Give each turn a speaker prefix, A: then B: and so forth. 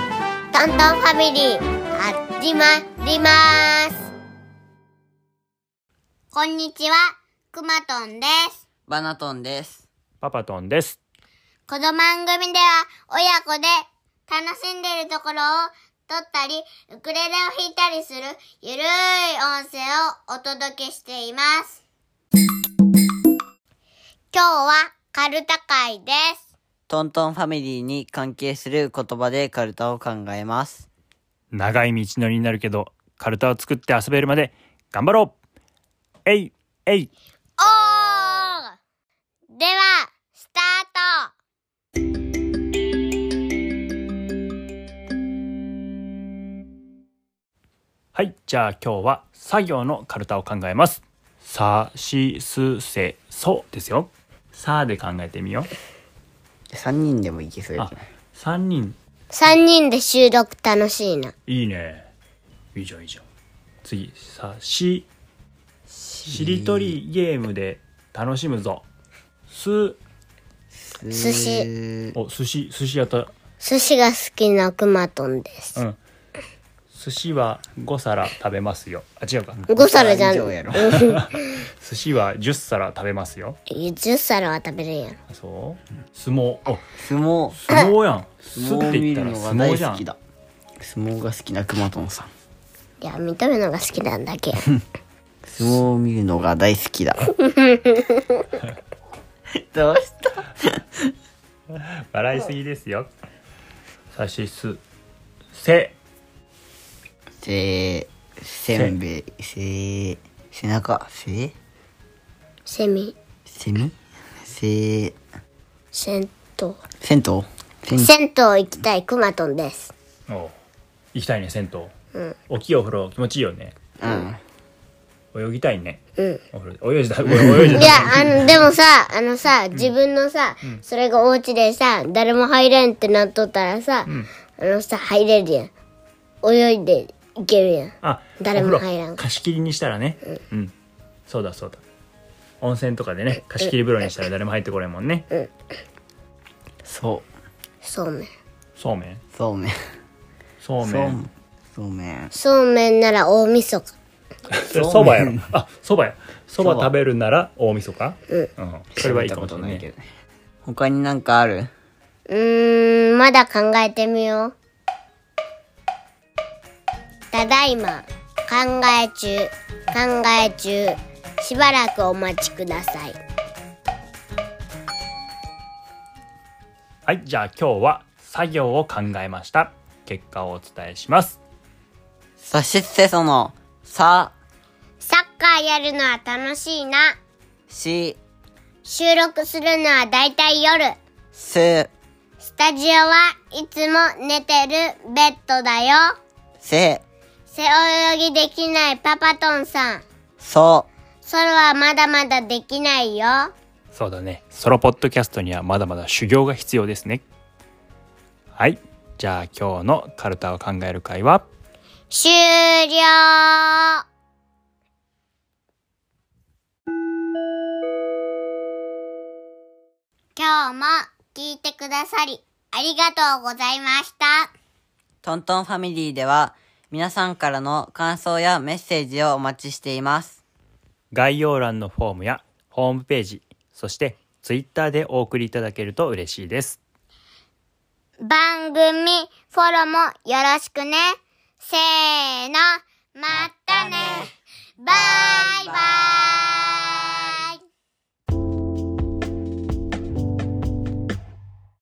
A: ントンファミリー、始まります。こんにちは、くまとんです。
B: バナトンです。
C: パパトンです。
A: この番組では、親子で楽しんでいるところを撮ったり、ウクレレを弾いたりする、ゆるい音声をお届けしています。今日は、カルタ会です。
B: トントンファミリーに関係する言葉でカルタを考えます。
C: 長い道のりになるけど、カルタを作って遊べるまで頑張ろうえいえい
A: おーでは、スタート
C: はい、じゃあ今日は作業のカルタを考えます。さしすせそですよ。さで考えてみよ
B: 3人でもいけそう
C: う。
B: です
C: あ
B: ね。、
C: 三人。
A: 三人で収録楽しいな。
C: いいね。いいじゃんいいじゃん。次、さし、しりとりゲームで楽しむぞ。す、
A: 寿司。
C: お、寿司、寿司やった。
A: 寿司が好きなくまとんです。
C: うん。寿司は5皿食べますよ。あ、違うか。
A: 5皿じゃん。
B: 以上やろ
C: 寿司は10皿食べますよ。
A: 10皿は食べるやん。
C: あそう。相撲。あ、
B: 相撲。
C: 相撲やん。
B: 相
C: 相撲
B: 撲
C: っ
B: を
C: て
B: 見
C: 言っ
B: る
C: たら
B: のが
C: 相撲
B: 大
C: じゃ
B: 好
C: ん
B: き。だ。相撲が好きなくまとんさん。
A: いや、認めるのが好きなんだけ。
B: 相撲を見るのが大好きだ。どうした
C: 笑いすぎですよ。さしす。せ。
B: せー、せんべい、せー、背中、せー、
A: セミ、
B: セミせー、
A: 銭
B: 銭湯銭
A: 湯。銭湯行きたいくまとんです。
C: おう。行きたいね、銭湯。大きいお風呂気持ちいいよね。
B: うん。
C: 泳ぎたいね。
A: うん。
C: お風呂で泳いじゃ、泳いじ
A: い
C: ゃ。
A: や、あの、でもさ、あのさ、自分のさ、それがお家でさ、誰も入れんってなっとったらさ、あのさ、入れるやん。泳いでいけるやん。
C: あ、
A: 誰も
C: お風呂
A: 入らん
C: 貸し切りにしたらね。うん。そうだそうだ。温泉とかでね、貸し切り風呂にしたら誰も入ってこれんもんね。
B: そ
A: そうめん。
C: そうめん。
B: う、そうめん。
C: そう
B: そ
C: め。
B: うんそうめん。
A: そうめんなら大晦日。
B: そ
C: そ
B: う
C: そばやろ。あ、そばや。そば
B: そば
C: 食べるなら大晦日。うんん。それはいいかもしれない。
B: 食べたことけどね。他になんかある
A: うーん、まだ考えてみよう。ただいま、考え中、考え中、しばらくお待ちください。
C: はい、じゃあ今日は作業を考えました。結果をお伝えします。
B: さしせその、さ、
A: サッカーやるのは楽しいな。
B: し、
A: 収録するのはだいたい夜。
B: す、
A: スタジオはいつも寝てるベッドだよ。
B: せ、
A: 背泳ぎできないパパトンさん。
B: そ、
A: ソロはまだまだできないよ。
C: そうだね。ソロポッドキャストにはまだまだ修行が必要ですね。はい。じゃあ今日のカルタを考える会は、
A: 終了今日も聞いてくださりありがとうございました。
B: トントンファミリーでは、皆さんからの感想やメッセージをお待ちしています。
C: 概要欄のフォームやホームページ、そしてツイッターでお送りいただけると嬉しいです。
A: 番組フォローもよろしくね。せーの、また